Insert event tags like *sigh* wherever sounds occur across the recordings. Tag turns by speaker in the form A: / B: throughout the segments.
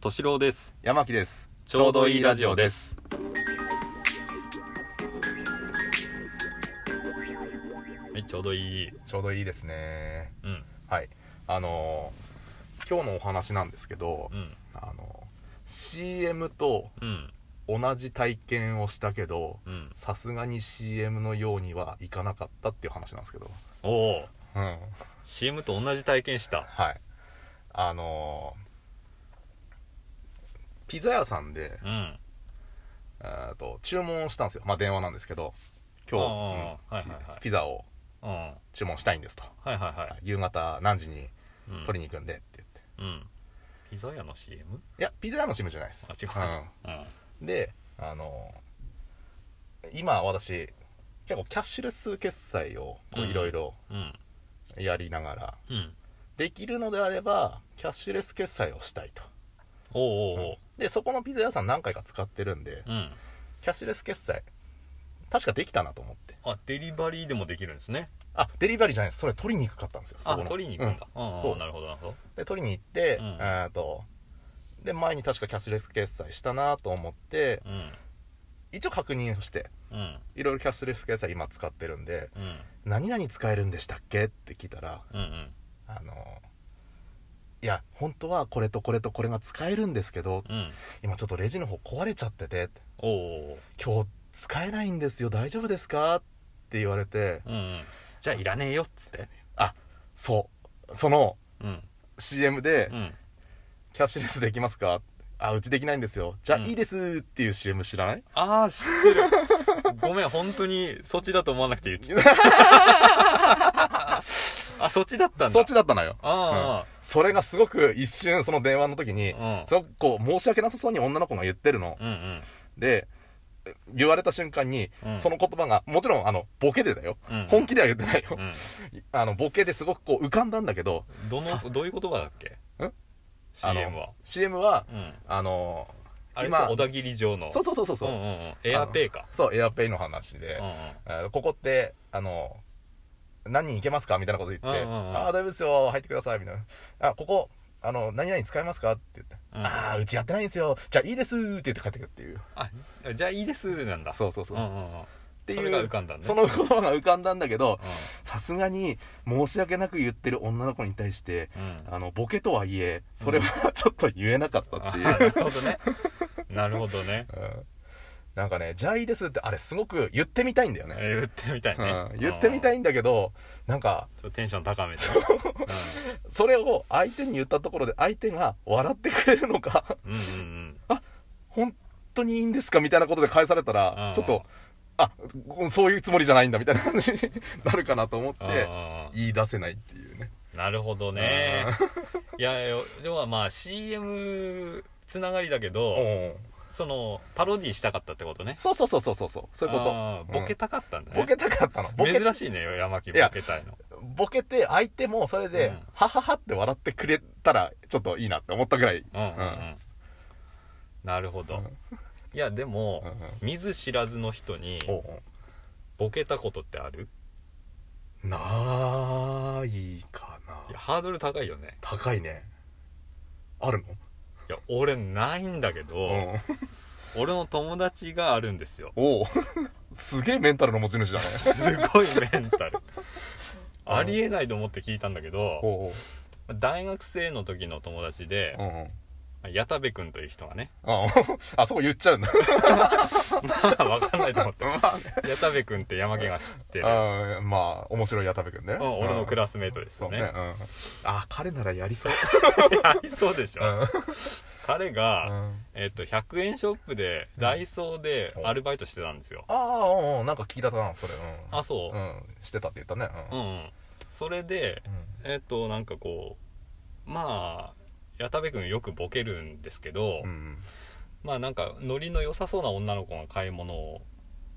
A: 敏郎です。
B: 山木です
A: ちょうどいいラジオですはい、ちょうどいい。
B: ちょうどいいですね
A: うん、
B: はいあのー今日のお話なんですけど、
A: うん、
B: あのー CM と
A: うん、
B: 同じ体験をしたけど
A: うん。
B: さすがに CM のようにはいかなかったっていう話なんですけど
A: おお、
B: うん
A: CM と同じ体験した。
B: はいあのーピザ屋さんで、
A: うん。
B: えーと注文をしたんですよまあ電話なんですけど今日、
A: ああ
B: うん
A: はいはいはい
B: ピピザを
A: うん。はい
B: 注文したいんですと
A: はいは
B: 夕方何時に
A: い。うん
B: 取りに行くんでって言って、
A: うん。ピザ屋の CM?
B: いやピザ屋の CM じゃないです
A: あ、違う。うん。
B: うんであの今私結構キャッシュレス決済をこ
A: う
B: うんいろいろ
A: うん。
B: やりながら、
A: うん。
B: できるのであればキャッシュレス決済をしたいと、
A: おうおうおう。
B: でそこのピザ屋さん何回か使ってるんで、
A: うん。
B: キャッシュレス決済確かできたなと思って
A: あ、デリバリーでもできるんですね。
B: あデリバリーじゃないですそれ取りに行くかったんですよそ
A: あ
B: こ、の
A: 取りに行くんだ。
B: うん
A: うん、
B: そ
A: そう。
B: う
A: なるほど、なるほど。
B: で取りに行って、
A: う
B: うんん、とで前に確かキャッシュレス決済したなと思って
A: うん。
B: 一応確認をして
A: うん。
B: いろいろキャッシュレス決済今使ってるんで
A: うん。
B: 何々使えるんでしたっけって聞いたら
A: うん。うん。
B: あのいや本当はこれとこれとこれが使えるんですけど
A: うん。
B: 今ちょっとレジの方壊れちゃってて
A: おうおう。
B: 今日使えないんですよ大丈夫ですかって言われて
A: うんうん。じゃあ、いらねえよっつって。
B: あそうその
A: うん。
B: CM で
A: うん。
B: 「キャッシュレスできますか?」あうちできないんですよじゃあ、
A: うん
B: いいですっていう CM 知らない
A: ああ、知ってる。ごめん、本当に、そっちだと思わなくて言って
B: *laughs*
A: た。あ、そっちだったんだ。
B: そっちだったのよ
A: あ
B: それがすごく一瞬その電話の時に、
A: うん
B: すごくこう申し訳なさそうに女の子が言ってるの
A: あ、、うんうん。
B: で言われた瞬間に、
A: うん
B: その言葉がもちろんあのボケでだよ、
A: うん
B: 本気では言ってないよ、
A: うん
B: *laughs* あのボケですごくこう浮かんだんだけど
A: ど
B: さ
A: の、どういう言葉だっけ
B: ん
A: ?CM
B: あ
A: は
B: の。CM は
A: うん。
B: あの
A: あれ、
B: 今
A: 小田切城の。
B: そうそうそうそうそうう,、
A: んうんうん。エアペイか。
B: そうエアペイの話
A: う
B: で
A: ん、
B: あのここってあの何人行けますかみたいなこと言って「
A: うんうんうん
B: ああ大丈夫ですよ入ってください」みたいな「あここあの何々使えますか?」って言って「
A: うん
B: ああうちやってないんですよじゃあいいです」って言って帰ってくるっていう
A: うん。あ、じゃあいいです、なんだ。
B: そうそうそう、
A: うん
B: っ
A: うんうん。
B: ていう
A: それが浮かんだね
B: その言葉が浮かんだんだけど、
A: う
B: さすがに申し訳なく言ってる女の子に対して
A: ん。うん。
B: あのボケとはいえそれは *laughs* ちょっと言えなかったっていう、
A: あなるほど
B: *laughs*
A: ね。なるほどね。
B: うんなんかね「じゃあいいです」ってあれすごく言ってみたいんだよね、
A: 言ってみたいね
B: う。ん、言ってみた
A: うん。
B: いんだけどなんか
A: ちょっとテンション高めて。
B: それを相手に言ったところで相手が笑ってくれるのか *laughs*
A: うんうんうん
B: 本当にいいんですかみたいなことで返された
A: うん
B: らちょっとあそういうつもりじゃないんだみたいな感じになるかなと思っ
A: うん。
B: て
A: うんうん
B: 言い出せないっていうね
A: なるほどね。いや、要はまあ CM つながりだけ
B: う
A: ど、
B: ん
A: その、パロディしたかったってことね。
B: そうそうそうそうそうそうそういうこと
A: あーボケたかったんだね。
B: ボケたかったのボケ
A: 珍しいね、山木ボ
B: いや
A: ケたいの。
B: ボケて相手もそれ
A: う
B: で
A: ん
B: ハハハって笑ってくれたらちょっといいなって思ったぐらい
A: うんうんうん。なるほど。いや、でも
B: うん、うん
A: 見ず知らずの人に
B: おう
A: ボケたことってある
B: ないか
A: いや、
B: な
A: ハードル高いよね。
B: 高いねある
A: いや、俺ないんだけ
B: の
A: ど、
B: うん
A: 俺の友達があるんですよ。
B: おおすげえメンタルの持
A: *laughs*
B: ち主だね
A: すごいメンタル。ありえないと思って聞いたんだけど、
B: おう
A: 大学生の時の友達で
B: おう、うんうん
A: 矢田部君という人がね *laughs*
B: ああそこ言っちゃうんだ
A: まあ分かんないと思って
B: まあね
A: 矢田部君って山毛が知ってる、
B: あーまあ面白い矢田部君ね、
A: うん俺のク
B: ラ
A: ラスメートです
B: そ
A: よ
B: うね、
A: ね
B: うん、あ彼ならやりそう、
A: ありそうでし
B: う
A: ょ、
B: ん
A: 彼が、
B: あ
A: えっと100円ショップでダイソーでアルバイトしてたんですよ、
B: あうんうんなんか聞いたなそれ、うん、、
A: あそうう、
B: ん、してたって言ったね
A: うんうんそれで
B: うん、
A: えっ、となんかこうまあ矢田部君よくボケるんですけど、
B: うんうん、
A: まあなんかノリの良さそうな女の子が買い物を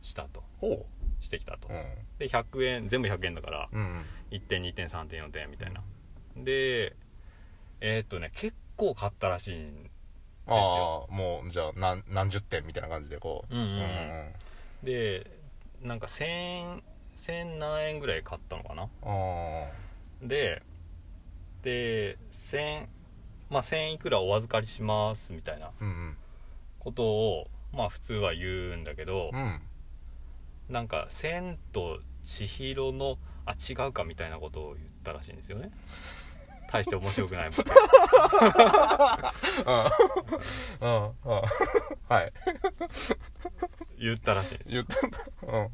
A: したと
B: ほう
A: してきたと、
B: うん
A: で100円全部100円だから、
B: うん
A: 1点2点3点4点みたいなでえーっとね結構買ったらしいん
B: ああもうじゃあ何何十点みたいな感じでこう
A: うんうんうん
B: うん
A: でなんか1000 1000何円ぐらい買ったのかな
B: ああ
A: でで1000まあ、1000いくらお預かりしますみたいな
B: うん
A: ことをまあ普通は言うんだけど
B: うんうん
A: なんか「千と千尋のあ違うか」みたいなことを言ったらしいんですよ
B: *laughs*
A: ね大して面白くないもん
B: うんうんうん *laughs* はい
A: 言ったらしいんです
B: 言ったんだうん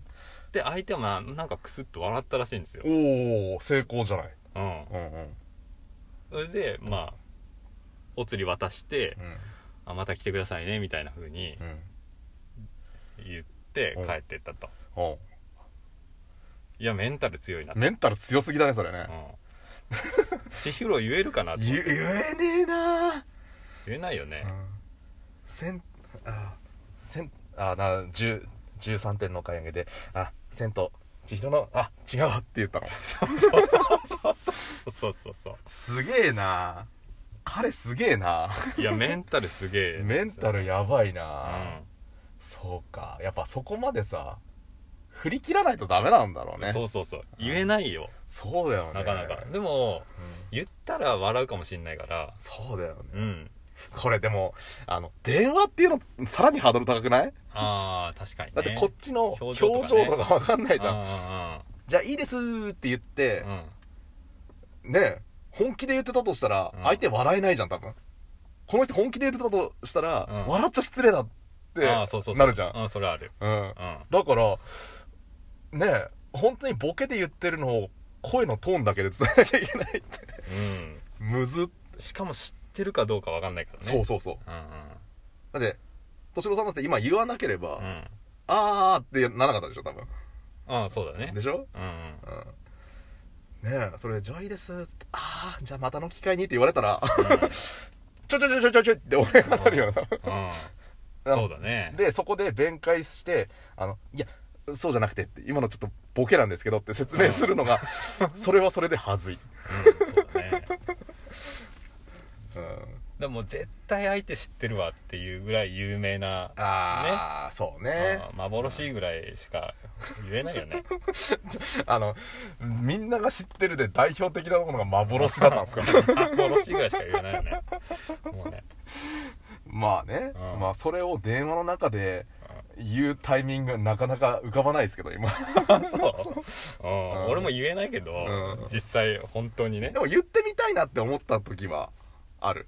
A: で相手もななんかクスッと笑ったらしいんですよ、
B: おお成功じゃない
A: うん、
B: うんうん
A: それでまあお釣り渡して
B: うん
A: 「あまた来てくださいね」みたいな風に
B: うん
A: 言って
B: うん
A: 帰ってったと
B: お
A: いやメンタル強いなと、
B: メンタル強すぎだねそれね
A: うん、 *laughs* 千尋言えるかなと
B: ゆ
A: 言
B: 言えねえな
A: えないよね、
B: せんあせんあな10 13点のお買い上げで「あ千と千尋のあ違うわ」って言ったの
A: そうそうそ
B: すげえな彼すげえな
A: ういやメンタルすげえ
B: メンタルやばいな、
A: う、
B: そうかやっぱそこまでさ振り切らないとダメなんだろうんね
A: そうそうそう言えないよ、
B: そうだよね
A: なかなか
B: うん
A: でも言ったら笑うかもしんないから
B: そうだよね
A: うん
B: これでもあの電話っていうのさらにハードル高くない
A: あ *laughs* ー確かにね
B: だってこっちの表
A: 表
B: 情
A: 情
B: と
A: と
B: か
A: かね
B: わかんないじゃん
A: ゃ
B: じゃあいいですーって言って
A: うんう、んうん
B: ね本気で言ってたとしたら
A: うん
B: 相手笑えないじゃん多分この人本気で言ってたとしたら、
A: うん
B: 笑っちゃ失礼だっ
A: あーそうそ
B: て
A: うそう
B: なるじゃん
A: うんそれある
B: うん
A: うん
B: だからね本当にボケで言ってるのを声のトーンだけで伝えなきゃいけないって
A: うん
B: むずっ、
A: しかも知ってるかどうかわかんないからね
B: そうそうそう
A: うんうん
B: だって敏郎さんだって今言わなければ、
A: うん
B: あーってならなかったでしょ多分
A: あーそうだね
B: でしょ
A: うんうん
B: うんねえそれ「ジョイです」っつって「ああじゃあまたの機会に」って言われたら *laughs*
A: う
B: 「
A: ん
B: ちょちょちょちょちょちょ」って俺がなるような
A: *laughs* うん
B: な
A: そうだね
B: でそこで弁解して「あのいやそうじゃなくて」って今のちょっとボケなんですけどって説明するのがそれはそれで恥ずい、
A: うんそうだね
B: うん、
A: でも絶対相手知ってるわっていうぐらい有名な
B: ああ、そうね
A: うん幻ぐらいしか言えない *laughs* よね
B: あのみんなが知ってるで代表的なものが幻だったん
A: *laughs*
B: ですか
A: 幻ぐらいしか言えないよねもうね
B: *laughs* まあね、
A: うん
B: まあそれを電話の中で言うタイミングがなかなか浮かばないですけど今 *laughs*
A: あそう、うん
B: うん
A: 俺も言えないけど、
B: うん
A: 実際本当にね
B: でも言ってみたいなって思った時はある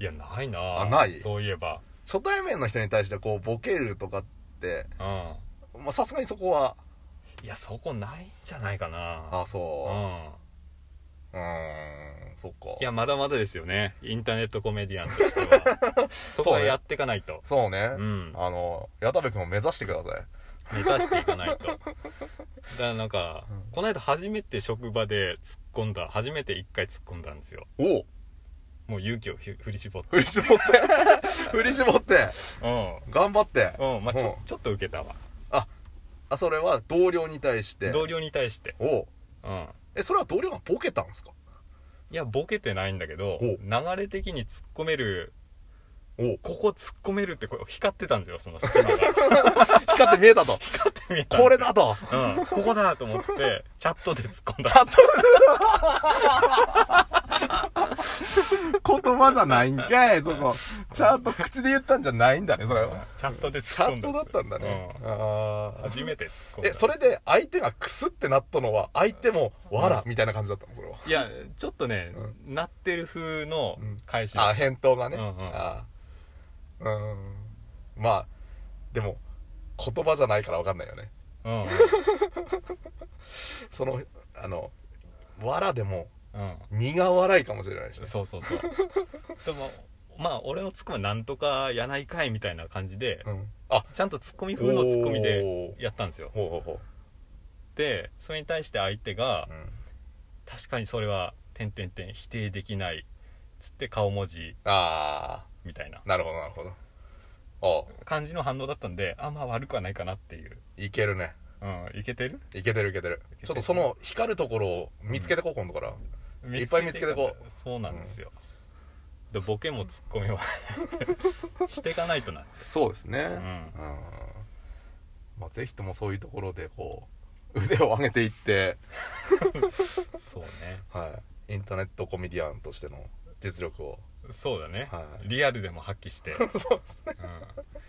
A: いやないな
B: あない
A: そういえば
B: 初対面の人に対してこうボケるとかって
A: うん
B: まあさすがにそこはい
A: やそこないんじゃないかな
B: あ
A: うん
B: そうんうーんそっか
A: いやまだまだですよねインターネットコメディアンとして
B: *laughs*
A: はそこはやっていかないと
B: そうね、
A: うん
B: あの矢田部君を目指してください
A: 目指していかない
B: *laughs*
A: とだからなんか、
B: うん
A: この間初めて職場で突っ込んだ初めて一回突っ込んだんですよ
B: おお
A: もう勇気をひ振り絞って
B: 振り絞って
A: *laughs*
B: 振り絞って
A: うん
B: 頑張って
A: うんまあちょ
B: うん
A: ちょっと受けたわ
B: あそれは同僚に対して
A: 同僚に対して
B: おう
A: うん
B: えそれは同僚がボケたんですか
A: いやボケてないんだけど
B: お
A: 流れ的に突っ込める
B: お
A: *laughs*
B: う
A: ここ突っ込めるってこう光ってたんですよその隙間が
B: 光って見えたと *laughs* これだ
A: *laughs*
B: と
A: うんここだと思
B: *laughs*
A: ってチャットで突っ込んだ
B: ちゃん
A: *laughs*
B: と言葉じゃないんかいそこちゃんと口で言ったんじゃないんだねそれは
A: チャットで
B: ち
A: 突
B: ゃ
A: っ込
B: ん
A: んだ
B: とだったんだね、
A: うん
B: ああ
A: 初めて突っ込んだ
B: えそれで相手がクスってなったのは相手もわら
A: うん
B: みたいな感じだったのそれはい
A: やちょっとね、
B: う
A: なってる風の返し、
B: あ返答がね、
A: うんうん
B: あーうんまあでも言葉じゃないから分かんないよね
A: うんうん
B: そのあのわらでも
A: うん
B: 苦笑いかもしれないしね
A: そうそう
B: *laughs*
A: そうでもまあ俺のツッコミはなんとかやないかいみたいな感じで、
B: うんあ
A: ちゃんとツッコミ風のツッコミで
B: おー
A: やったんですよ
B: ほうほうほ
A: でそれに対して相手が
B: う、うん
A: 「確かにそれは点点点否定できない」つって顔文字
B: あ
A: みたいな
B: あなるほどなるほどあ
A: 感じの反応だったんであまあ悪くはないかなっていう
B: あいけるね
A: うんいけてる
B: いけてるい
A: いけ
B: けてる
A: てる
B: ちょっとその光るところを見つけてこう、今度からいっぱい見つけてこ
A: うそうなんですよ、でボケもツッコミも *laughs* していかないとな
B: そうですね
A: う
B: うんん、まあ、ぜひともそういうところでこう腕を上げていって、
A: そうね
B: はい、インターネットコメディアンとしての実力を
A: そうだね、
B: はい
A: リアルでも発揮して、うん、
B: *laughs* そうですね
A: い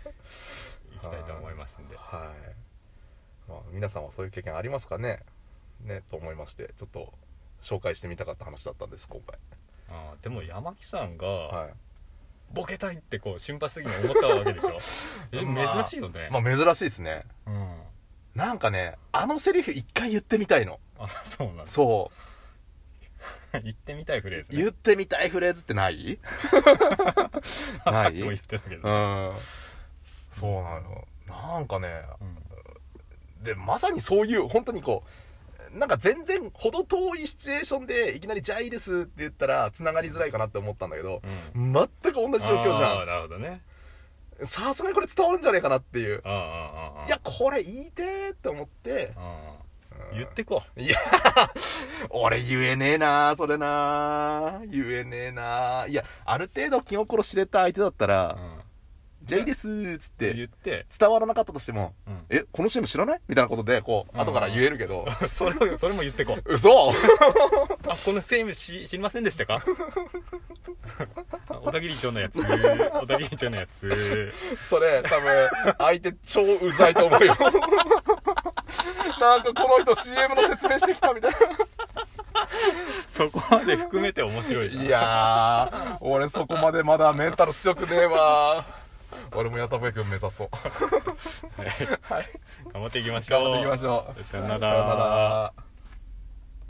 A: きたいと思いますんで
B: はい、まあ、皆さんはそういう経験ありますかねねと思いましてちょっと紹介してみたかった話だったんです今回
A: あーでも山木さんが、
B: はい
A: ボケたいってこう心配すぎに思ったわけでし
B: *laughs*
A: ょえ
B: まあ
A: 珍しいよね、
B: まあ珍しいですね
A: うん、
B: なんかねあのセリフ一回言ってみたいの
A: あそうなんだ
B: そ
A: *laughs* 言ってみたいフレー
B: う
A: ズ、ね、
B: 言ってみたいフレーズってない
A: *laughs*
B: な
A: さっ
B: い
A: きも言ってたけど、
B: うんそうなのなんかね
A: うん
B: でまさにそういう本当にこうなんか全然程遠いシチュエーションでいきなり「じゃあいいです」って言ったら繋がりづらいかなって思ったんだけど
A: うん
B: 全く同じ状況じ
A: あー
B: ゃ
A: なるほどね
B: んさすがにこれ伝わるんじゃねえかなっていう
A: ああああ
B: いやこれ言いてーって思って、
A: ああ
B: うん
A: 言ってこ
B: いや俺言えねえなーそれなー言えねえなーいやある程度気心知れた相手だった
A: う、う
B: ら
A: ん、
B: 「じゃあいいです」っつっ
A: 言ってて、
B: 伝わらなかったとしても
A: うん
B: 「えこの CM 知らない?」みたいなことでこう後から言えるけど
A: *laughs* それをそれも言ってこ
B: 嘘 *laughs*
A: あこのセームし知りませんでした *laughs* かあ小田切長の *laughs* やつ小田切長のやつ
B: それ多分相手超うざいと思う *laughs* よなんかこの人 CM の説明してきたみたい
A: そこまで含めて面白いじゃん
B: ないやー俺そこまでまだメンタル強くねえわ俺も矢田部君目指そう
A: はい頑張っていきましょう
B: 頑張っていきましょう
A: さよなら
B: さよなら